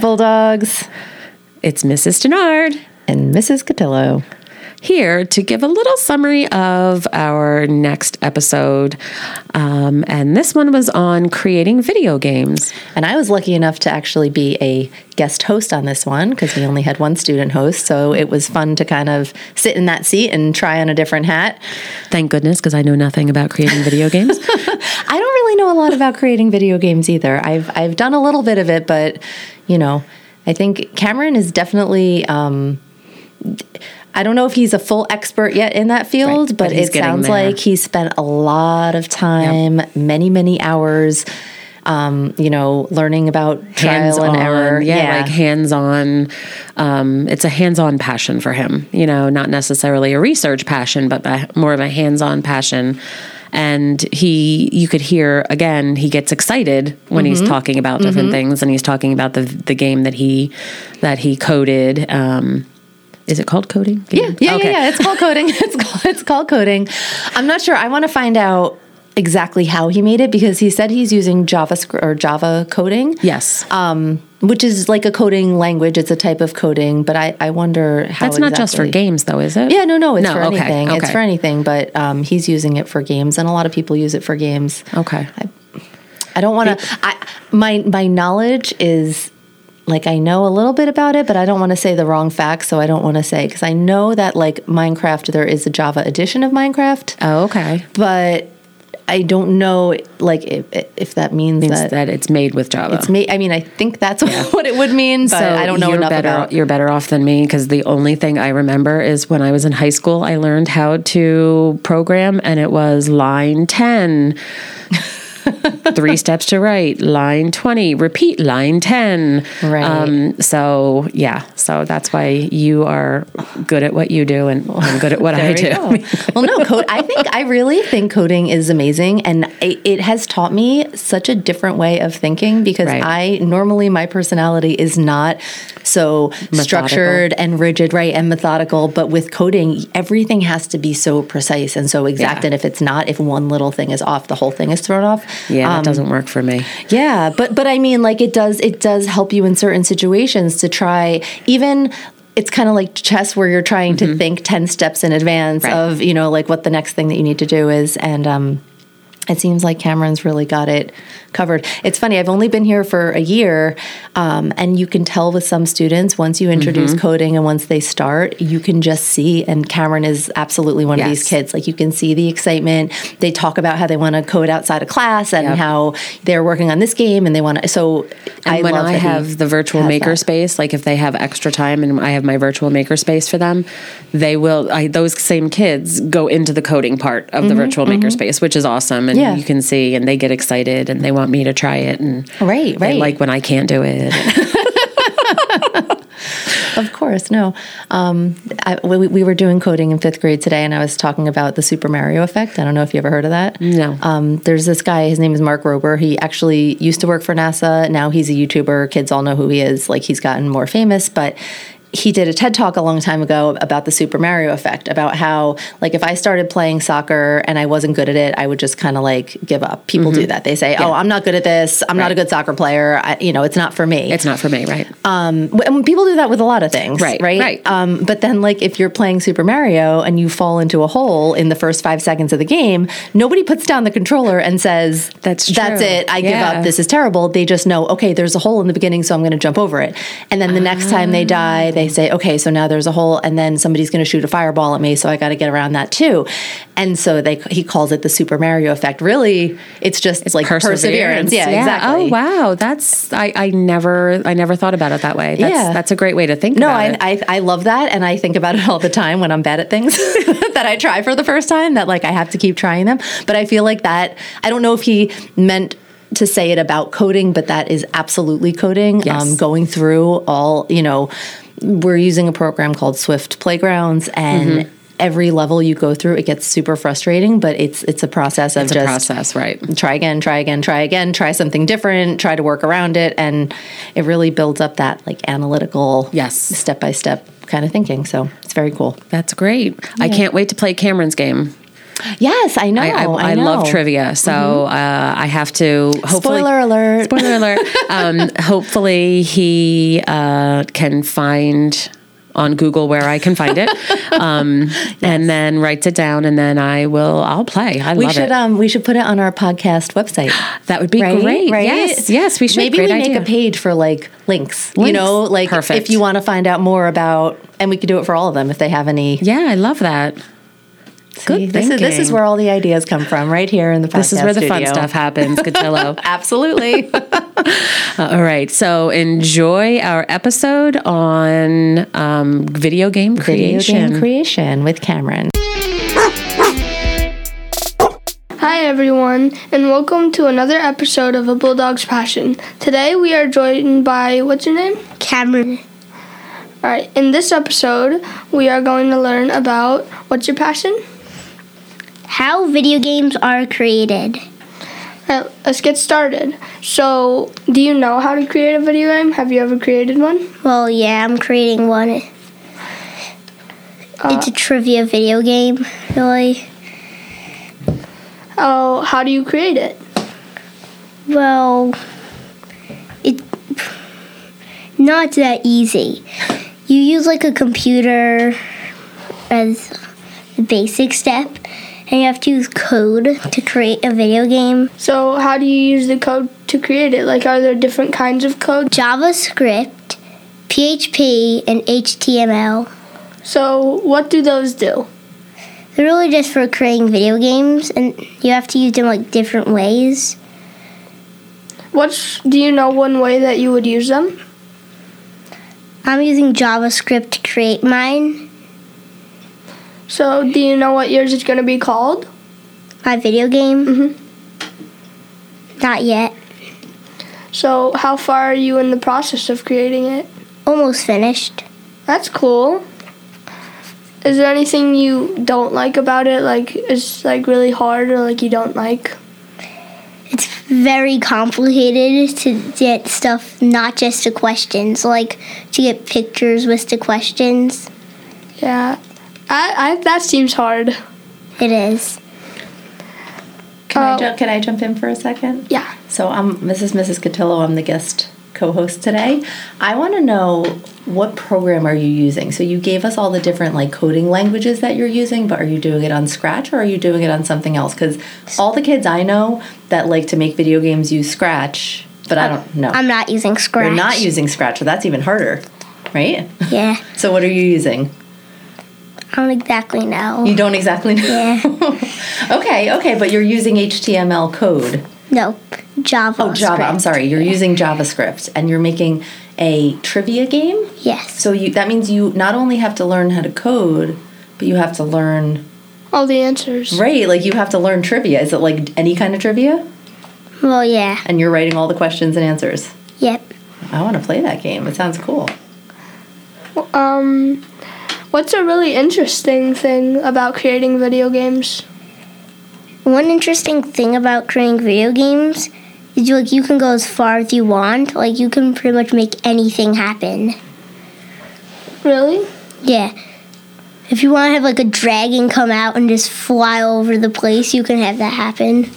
Bulldogs It's Mrs. Denard and Mrs. Cotillo. here to give a little summary of our next episode. Um, and this one was on creating video games. And I was lucky enough to actually be a guest host on this one because we only had one student host. So it was fun to kind of sit in that seat and try on a different hat. Thank goodness, because I know nothing about creating video games. I don't really know a lot about creating video games either. I've I've done a little bit of it, but you know, I think Cameron is definitely. Um, I don't know if he's a full expert yet in that field, Right, but, but he's it getting sounds there. like he spent a lot of time, many many hours. Um, you know, learning about trial and Hands-on, error. Yeah, like hands on. Um, it's a hands on passion for him, you know, not necessarily a research passion, but by- more of a hands on passion. And he, you could hear again, he gets excited when Mm-hmm. he's talking about different things and he's talking about the, the game that he, that he coded. Um, is it called coding? Yeah, yeah, yeah, yeah. It's called coding. It's called, it's called coding. I'm not sure. I want to find out exactly how he made it because he said he's using JavaScript or Java coding. Yes. Um, which is like a coding language. It's a type of coding, but I, I wonder how That's not just for exactly- games though, is it? Yeah, no, no, it's for okay, anything. It's okay. for anything, but um, he's using it for games, and a lot of people use it for games. Okay. I don't want to. I my my knowledge is like I know a little bit about it, but I don't want to say the wrong facts, so I don't want to say because I know that like Minecraft, there is a Java edition of Minecraft, Oh, okay. but I don't know like if, if that means, Means that. that it's made with Java. it's me. I mean, I think that's what it would mean, but I don't know you're enough better, about. You're better off than me because the only thing I remember is when I was in high school, I learned how to program, and it was line ten. Three steps to right, line 20, repeat line 10. Right. so, yeah, so that's why you are good at what you do and I'm good at what I do. There you go. well, no, code. I think I really think coding is amazing, and it, it has taught me such a different way of thinking because Right. I normally my personality is not so structured and rigid, right, and methodical. But with coding, everything has to be so precise and so exact. Yeah. And if it's not, if one little thing is off, the whole thing is thrown off. Yeah, that Um, doesn't work for me. yeah, but but I mean, like it does it does help you in certain situations to try even. It's kind of like chess where you're trying to think ten steps in advance Mm-hmm. Right. of you know like what the next thing that you need to do is and. um it seems like Cameron's really got it covered. It's funny, I've only been here for a year, um, and you can tell with some students once you introduce Mm-hmm. coding and once they start, you can just see. And Cameron is absolutely one of these Yes. kids. Like, you can see the excitement. They talk about how they want to code outside of class and Yep. how they're working on this game and they want to. So, And I when love I that he have the virtual has maker that. space, like if they have extra time and I have my virtual maker space for them, they will. I, those same kids go into the coding part of the virtual maker space, which is awesome, and Mm-hmm, Yeah. you can see, and they get excited, and they want me to try it, and Right, they right. like when I can't do it. Of course, no. Um, I, we, we were doing coding in fifth grade today, and I was talking about the Super Mario effect. I don't know if you ever heard of that. No. Um, there's this guy. His name is Mark Rober. He actually used to work for NASA. Now he's a YouTuber. Kids all know who he is. Like he's gotten more famous, but. He did a TED talk a long time ago about the Super Mario effect, about how, like, if I started playing soccer and I wasn't good at it, I would just kind of like give up. People do that. They say, Oh, I'm not good at this. I'm not a good soccer player. I, you know, it's not for me. it's not for me, right? uh, W- and people do that with a lot of things, Right, Right. right. Um, but then, like, if you're playing Super Mario and you fall into a hole in the first five seconds of the game, nobody puts down the controller and says, That's that's true. it. I give Yeah. up. This is terrible." They just know, okay, there's a hole in the beginning, so I'm going to jump over it. And then the next time they die, Ah. they say, "Okay, so now there's a hole," and then somebody's going to shoot a fireball at me, so I got to get around that too. And so they he calls it the Super Mario effect. Really, it's just like perseverance. Yeah, exactly. Oh wow, that's I, I never I never thought about it that way. That's, Yeah. that's a great way to think. No, about I, it. I I love that, and I think about it all the time when I'm bad at things that I try for the first time. That like I have to keep trying them, but I feel like that. I don't know if he meant to say it about coding, but that is absolutely coding. Um, Yes. going through all you know, we're using a program called Swift Playgrounds and. Mm-hmm. Every level you go through, it gets super frustrating, but it's it's a process of it's a just process, right? try again, try again, try again, try something different, try to work around it. And it really builds up that like analytical, Yes. step by step kind of thinking. So it's very cool. That's great. I can't wait to play Cameron's game. Yes, Oh, I know. Mm-hmm. I, I, I love trivia, so uh, I have to. Hopefully, Spoiler alert. Spoiler alert. um, hopefully, he uh, can find on Google where I can find it, um, and then writes it down, and then I will. I'll play. I We love should it. um we should put it on our podcast website. that would be Right? great. Right? Yes, yes, we should. Maybe Great we make idea. a page for like links. You Links. know, like Perfect. if you want to find out more about and we could do it for all of them if they have any Yeah, I love that. See, Good this is this is thinking. where all the ideas come from, right here in the podcast. This is where the fun studio. stuff happens, Cotillo. Absolutely. All right, so enjoy our episode on um, video game Video creation. game creation with Cameron. Hi, everyone, and welcome to another episode of A Bulldog's Passion. Today we are joined by, what's your name? Cameron. Alright, in this episode, we are going to learn about what's your passion? How video games are created. Alright, let's get started. So, do you know how to create a video game? Have you ever created one? Well, yeah, I'm creating one. it's a trivia video game, really. Oh, how do you create it? Well, it's not that easy. You use like a computer as the basic step, and you have to use code to create a video game. So, how do you use the code to create it? Like, are there different kinds of code? JavaScript, PHP, and HTML. So, what do those do? They're really just for creating video games, and you have to use them like different ways. What's, do you know one way that you would use them? I'm using JavaScript to create mine, So, do you know what yours is going to be called? my video game. Mm-hmm. Mm-hmm. Not yet. So, how far are you in the process of creating it? Almost finished. That's cool. Is there anything you don't like about it? Like, it's like really hard or like you don't like? It's very complicated to get stuff, not just to questions, like to get pictures with the questions. Yeah. I, I that seems hard. It is. Can I Oh. jump, can I jump in for a second? Yeah. So I'm Mrs. Mrs. Cotillo. I'm the guest co-host today. I want to know what program are you using? So you gave us all the different like coding languages that you're using, but are you doing it on Scratch or are you doing it on something else? Because all the kids I know that like to make video games use Scratch, but I don't know. I'm not using Scratch. You're not using Scratch, so that's even harder, right? Yeah, So what are you using? I don't exactly know. You don't exactly know. okay, okay, but you're using HTML code. nope. Java. Oh, Java. I'm sorry. You're using JavaScript and you're making a trivia game. Yes. So you that means you not only have to learn how to code, but you have to learn All the answers. right. Like you have to learn trivia. Is it like any kind of trivia? Well, yeah. And you're writing all the questions and answers. Yep. I want to play that game. It sounds cool. Um what's a really interesting thing about creating video games? One interesting thing about creating video games is like you can go as far as you want. Like you can pretty much make anything happen. Really? Yeah. If you want to have like a dragon come out and just fly over the place, you can have that happen.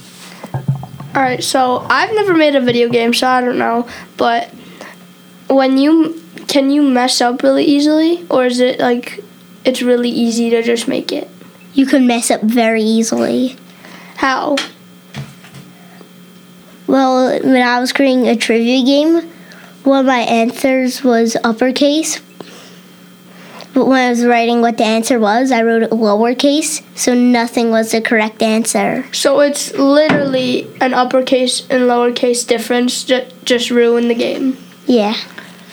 All right, so I've never made a video game, so I don't know. But when you can you mess up really easily, or is it like it's really easy to just make it? You can mess up very easily. How? Well, when I was creating a trivia game, one of my answers was uppercase. But when I was writing what the answer was, I wrote it lowercase, so nothing was the correct answer. So it's literally an uppercase and lowercase difference ju- just ruin the game. Yeah.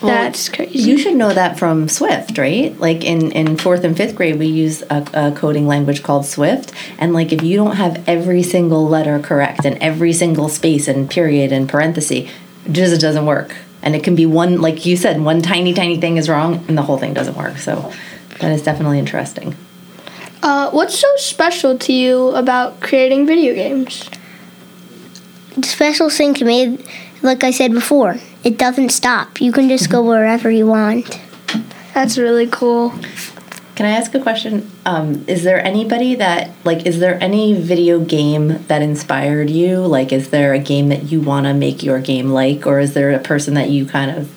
That's crazy. You should know that from Swift, right? Like in, in fourth and fifth grade, we use a, a coding language called Swift. And like if you don't have every single letter correct and every single space and period and parenthesis, it just doesn't work. And it can be one, like you said, one tiny, tiny thing is wrong and the whole thing doesn't work. So that is definitely interesting. Uh, what's so special to you about creating video games? special thing to me, like I said before, it doesn't stop. You can just go wherever you want. That's really cool. Can I ask a question? Um, is there anybody that like is there any video game that inspired you? Like is there a game that you want to make your game like or is there a person that you kind of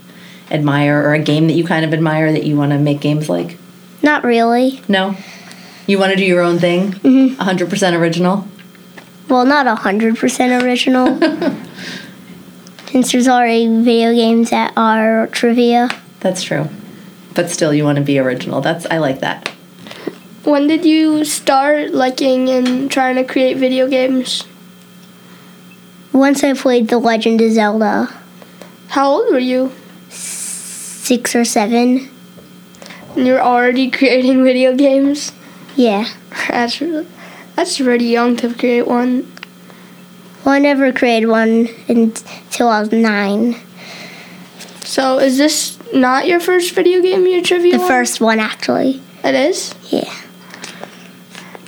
admire or a game that you kind of admire that you want to make games like? Not really. No. You want to do your own thing? Mm-hmm. 100% original? Well, not 100% original. Since there's already video games that are trivia. That's true. But still you want to be original. That's I like that. When did you start liking and trying to create video games? Once I played The Legend of Zelda, How old were you? six or seven. And you're already creating video games? Yeah. That's really, that's pretty young to create one. Well, I never created one until I was nine. So is this not your first video game? Your trivia. The one? first one, actually. It is. Yeah.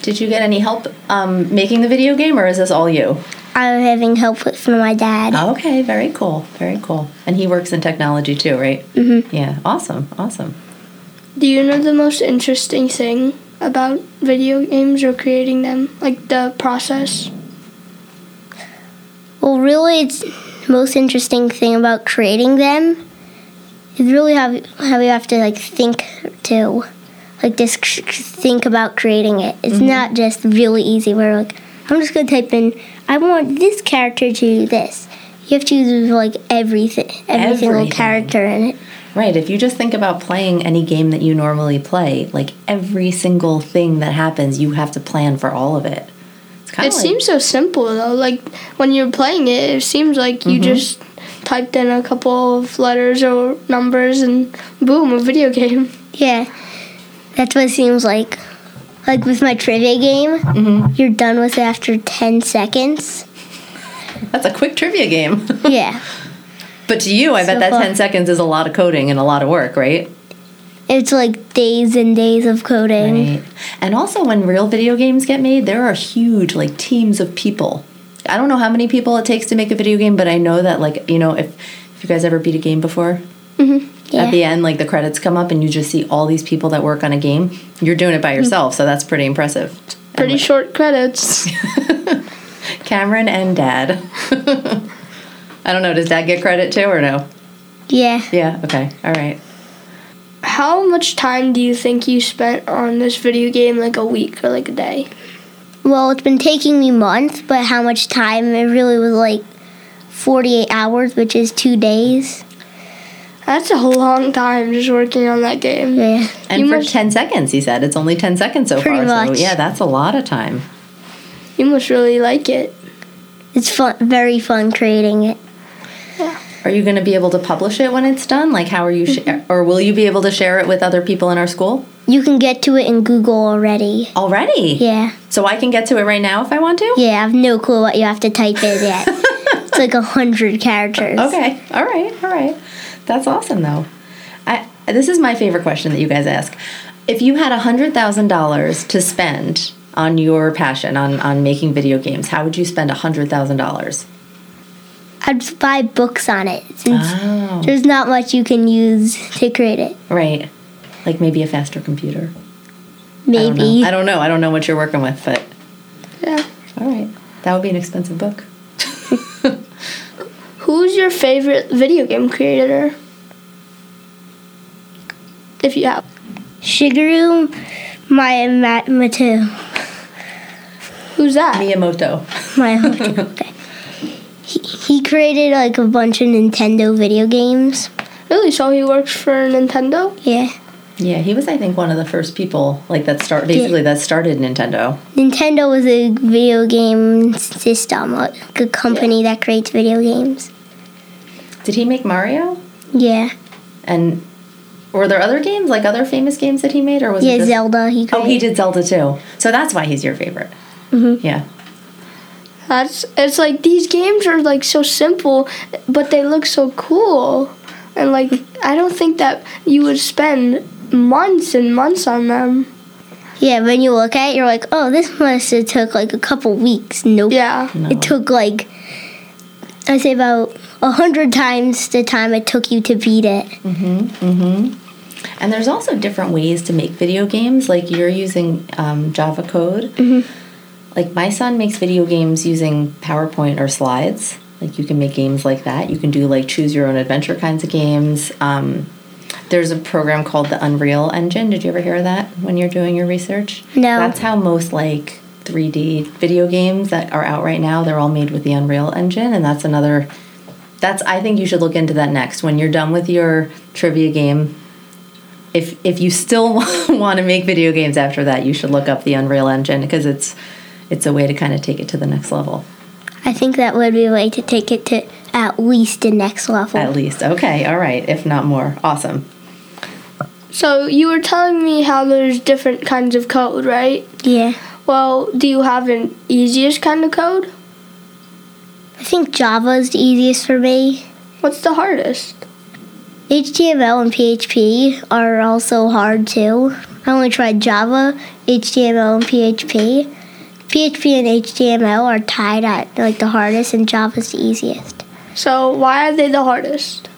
Did you get any help um, making the video game or is this all you? I'm having help with from my dad. Oh, Okay, very cool. Very cool. And he works in technology too, right? Mm-hmm. Yeah, awesome. Awesome. Do you know the most interesting thing about video games or creating them, like the process? Well, really, it's the most interesting thing about creating them is really how how you have to like think too, like just cr- think about creating it. It's not just really easy. Where like I'm just gonna type in I want this character to do this. You have to use like everything, every single Everything. character in it. Right. If you just think about playing any game that you normally play, like every single thing that happens, you have to plan for all of it. It's kind It of seems so simple though. Like when you're playing it, it seems like you Mm-hmm. just typed in a couple of letters or numbers and boom, a video game. Yeah, that's what it seems like. Like with my trivia game, you're done with it after ten seconds. that's a quick trivia game. yeah, but to you, I bet So that fun. ten seconds is a lot of coding and a lot of work, right? it's like days and days of coding. Right. Mm-hmm. And also, when real video games get made, there are huge like teams of people. I don't know how many people it takes to make a video game, but I know that like you know if if you guys ever beat a game before, Mm-hmm. Yeah. at the end like the credits come up and you just see all these people that work on a game. You're doing it by Mm-hmm. yourself, so that's pretty impressive. Pretty short credits. Cameron and Dad. I don't know. Does Dad get credit too or no? yeah. Yeah. Okay. All right. How much time do you think you spent on this video game, like a week or like a day? Well, it's been taking me months, but how much time? It really was like 48 hours, which is two days. That's a long time just working on that game. Yeah. And You for must- ten seconds, he said it's only ten seconds so Pretty far. much. So yeah, that's a lot of time. You must really like it. It's fun, very fun creating it. Are you going to be able to publish it when it's done? Like, how are you, sh- Mm-hmm. or will you be able to share it with other people in our school You can get to it in Google already. already? Yeah. So I can get to it right now if I want to? Yeah, I have no clue what you have to type in yet. it's like a hundred characters. Okay. All right. All right. That's awesome, though. I, this is my favorite question that you guys ask. If you had $100,000 to spend on your passion, on, on making video games, how would you spend $100,000? I'd just buy books on it since Oh. there's not much you can use to create it. Right. Like maybe a faster computer. I don't know. Maybe. I don't know. I don't know what you're working with, but Yeah. all right. That would be an expensive book. Who's your favorite video game creator? If you have. Shigeru Miyamoto. Who's that? Miyamoto. My husband. okay. He, he created like a bunch of Nintendo video games. Really? So he works for Nintendo? Yeah. Yeah, he was, I think, one of the first people like that start basically that started Nintendo. Nintendo was a video game system, like a company that creates video games. Did he make Mario? Yeah. And were there other games like other famous games that he made, or was it Yeah, just- Zelda he Oh, created. he did Zelda too. So that's why he's your favorite. Mm-hmm. Yeah, That's it's like these games are like so simple, but they look so cool, and like I don't think that you would spend months and months on them. Yeah, when you look at it, you're like, oh, this must have took like a couple weeks. Nope. Yeah, No. It took like, I say about a hundred times the time it took you to beat it. And there's also different ways to make video games. Like you're using um, Java code. Like my son makes video games using PowerPoint or slides. Like you can make games like that. You can do like choose your own adventure kinds of games. Um, there's a program called the Unreal Engine. Did you ever hear of that when you're doing your research? No. That's how most like 3D video games that are out right now, they're all made with the Unreal Engine, and that's another that's I think you should look into that next when you're done with your trivia game. If if you still want to make video games after that, you should look up the Unreal Engine because it's it's a way to kind of take it to the next level. I think that would be a way to take it to at least the next level. At least. Okay, all right, if not more. Awesome. So you were telling me how there's different kinds of code, right? Yeah. Well, do you have an easiest kind of code? I think Java is the easiest for me. What's the hardest? HTML and PHP are also hard too. I only tried Java, HTML, and PHP. PHP and HTML are tied at like the hardest, and Java's the easiest. So why are they the hardest?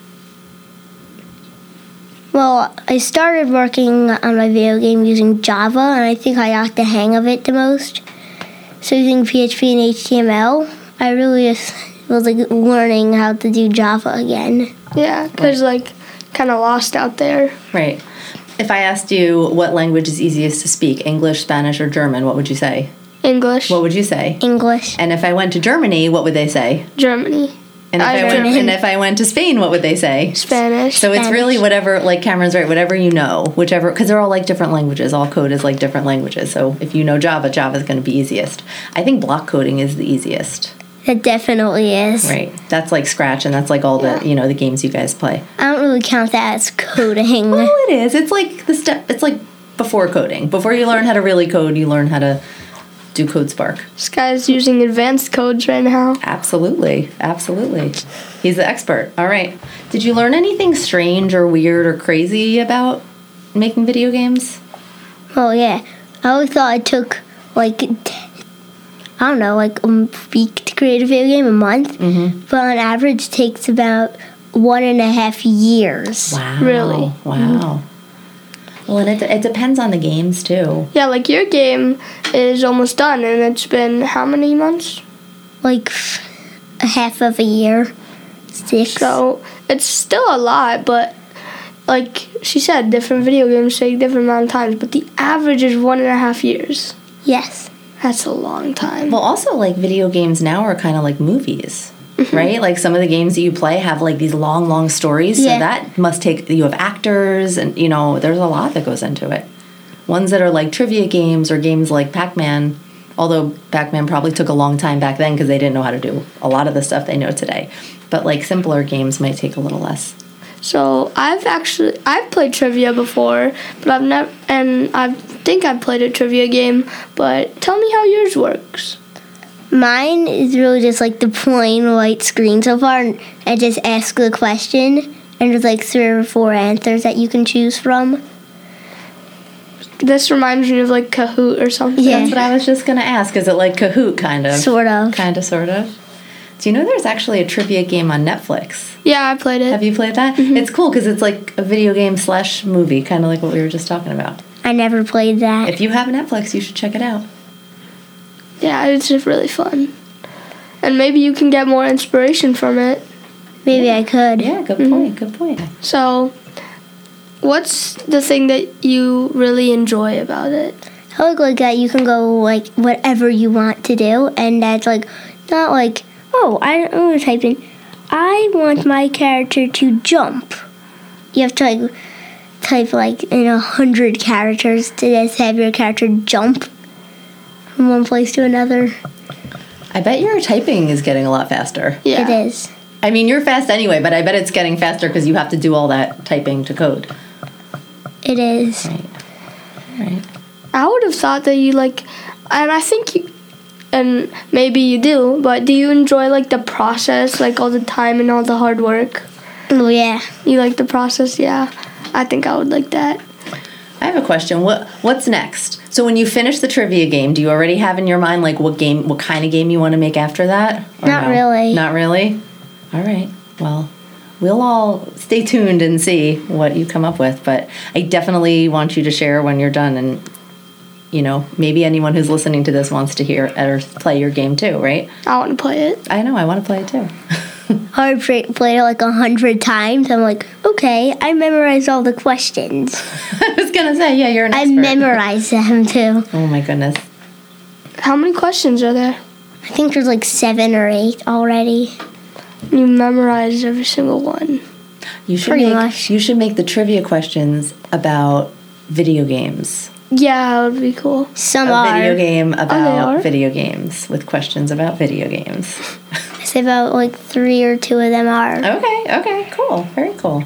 Well, I started working on my video game using Java, and I think I got the hang of it the most. So using PHP and HTML, I really just was like learning how to do Java again. Yeah, because like kind of lost out there. Right. If I asked you what language is easiest to speak, English, Spanish, or German, what would you say? English, What would you say? English, And if I went to Germany, what would they say? Germany, And if I, I went, German. and if I went to Spain, what would they say? Spanish. So it's Spanish. really whatever, like Cameron's right, whatever you know, whichever, because they're all like different languages. All code is like different languages. So if you know Java, Java is going to be easiest. I think block coding is the easiest, that definitely is. right? That's like Scratch, and that's like all the you know the games you guys play. I don't really count that as coding. Well, it is. It's like the step. It's like before coding. Before you learn how to really code, you learn how to do Code Spark. this guy's using advanced codes right now. Absolutely, absolutely. He's the expert. All right. Did you learn anything strange or weird or crazy about making video games? Oh yeah, I always thought it took like t- I don't know, like a m- week to create a video game, a month, but on average it takes about one and a half years. Wow. Really? Wow. Well, and it, it depends on the games too. Yeah, like your game is almost done, and it's been how many months? Like f- a half of a year, six. So it's still a lot, but like she said, different video games take different amount of times, but the average is one and a half years. yes, That's a long time. Well, also like video games now are kind of like movies. Right? Like some of the games that you play have like these long, long stories. So Yeah. that must take, you have actors and, you know, there's a lot that goes into it. Ones that are like trivia games or games like Pac Man, although Pac Man probably took a long time back then because they didn't know how to do a lot of the stuff they know today. But like simpler games might take a little less. So I've actually I've played trivia before, but I've never and I think I've played a trivia game. But tell me how yours works. mine is really just like the plain white screen so far, and I just ask the question, and there's like three or four answers that you can choose from. This reminds me of like Kahoot or something. Yeah. That's what I was just going to ask. Is it like Kahoot kind of? Sort of. Kind of, sort of. Do you know there's actually a trivia game on Netflix? Yeah, I played it. Have you played that? It's cool because it's like a video game slash movie, kind of like what we were just talking about. I never played that. If you have Netflix, you should check it out. yeah, it's just really fun. And maybe you can get more inspiration from it. Maybe I could. Yeah, good point. Good point. So, what's the thing that you really enjoy about it? I like, like that you can go like whatever you want to do, and that's like not like oh I don't want to type in. I want my character to jump. You have to like type like in a hundred characters to just have your character jump from one place to another. I bet your typing is getting a lot faster. Yeah. It is. I mean, you're fast anyway, but I bet it's getting faster because you have to do all that typing to code. It is. Right. I would have thought that you like, and I think you, and maybe you do, but do you enjoy like the process, like all the time and all the hard work? Oh yeah. You like the process, yeah. I think I would like that. I have a question. What what's next? So when you finish the trivia game, do you already have in your mind like what game, what kind of game you want to make after that? Or Not really. Not really. All right. Well, we'll all stay tuned and see what you come up with. But I definitely want you to share when you're done, and you know, maybe anyone who's listening to this wants to hear or play your game too, right? I want to play it. I know I want to play it too. Hard pra- played it like a hundred times. I'm like, okay, I memorized all the questions. I was gonna say, yeah, you're an I expert. memorized them too. oh my goodness. How many questions are there? I think there's like seven or eight already. You memorized every single one. You should Pretty make much. you should make the trivia questions about video games. Yeah, that would be cool. Some A video are. game about are? video games with questions about video games. I'd say about like three or two of them are. Okay, okay, cool. Very cool.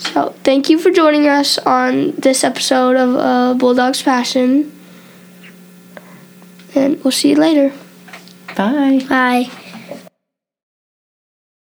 So, thank you for joining us on this episode of uh, Bulldog's Passion. And we'll see you later. Bye. Bye.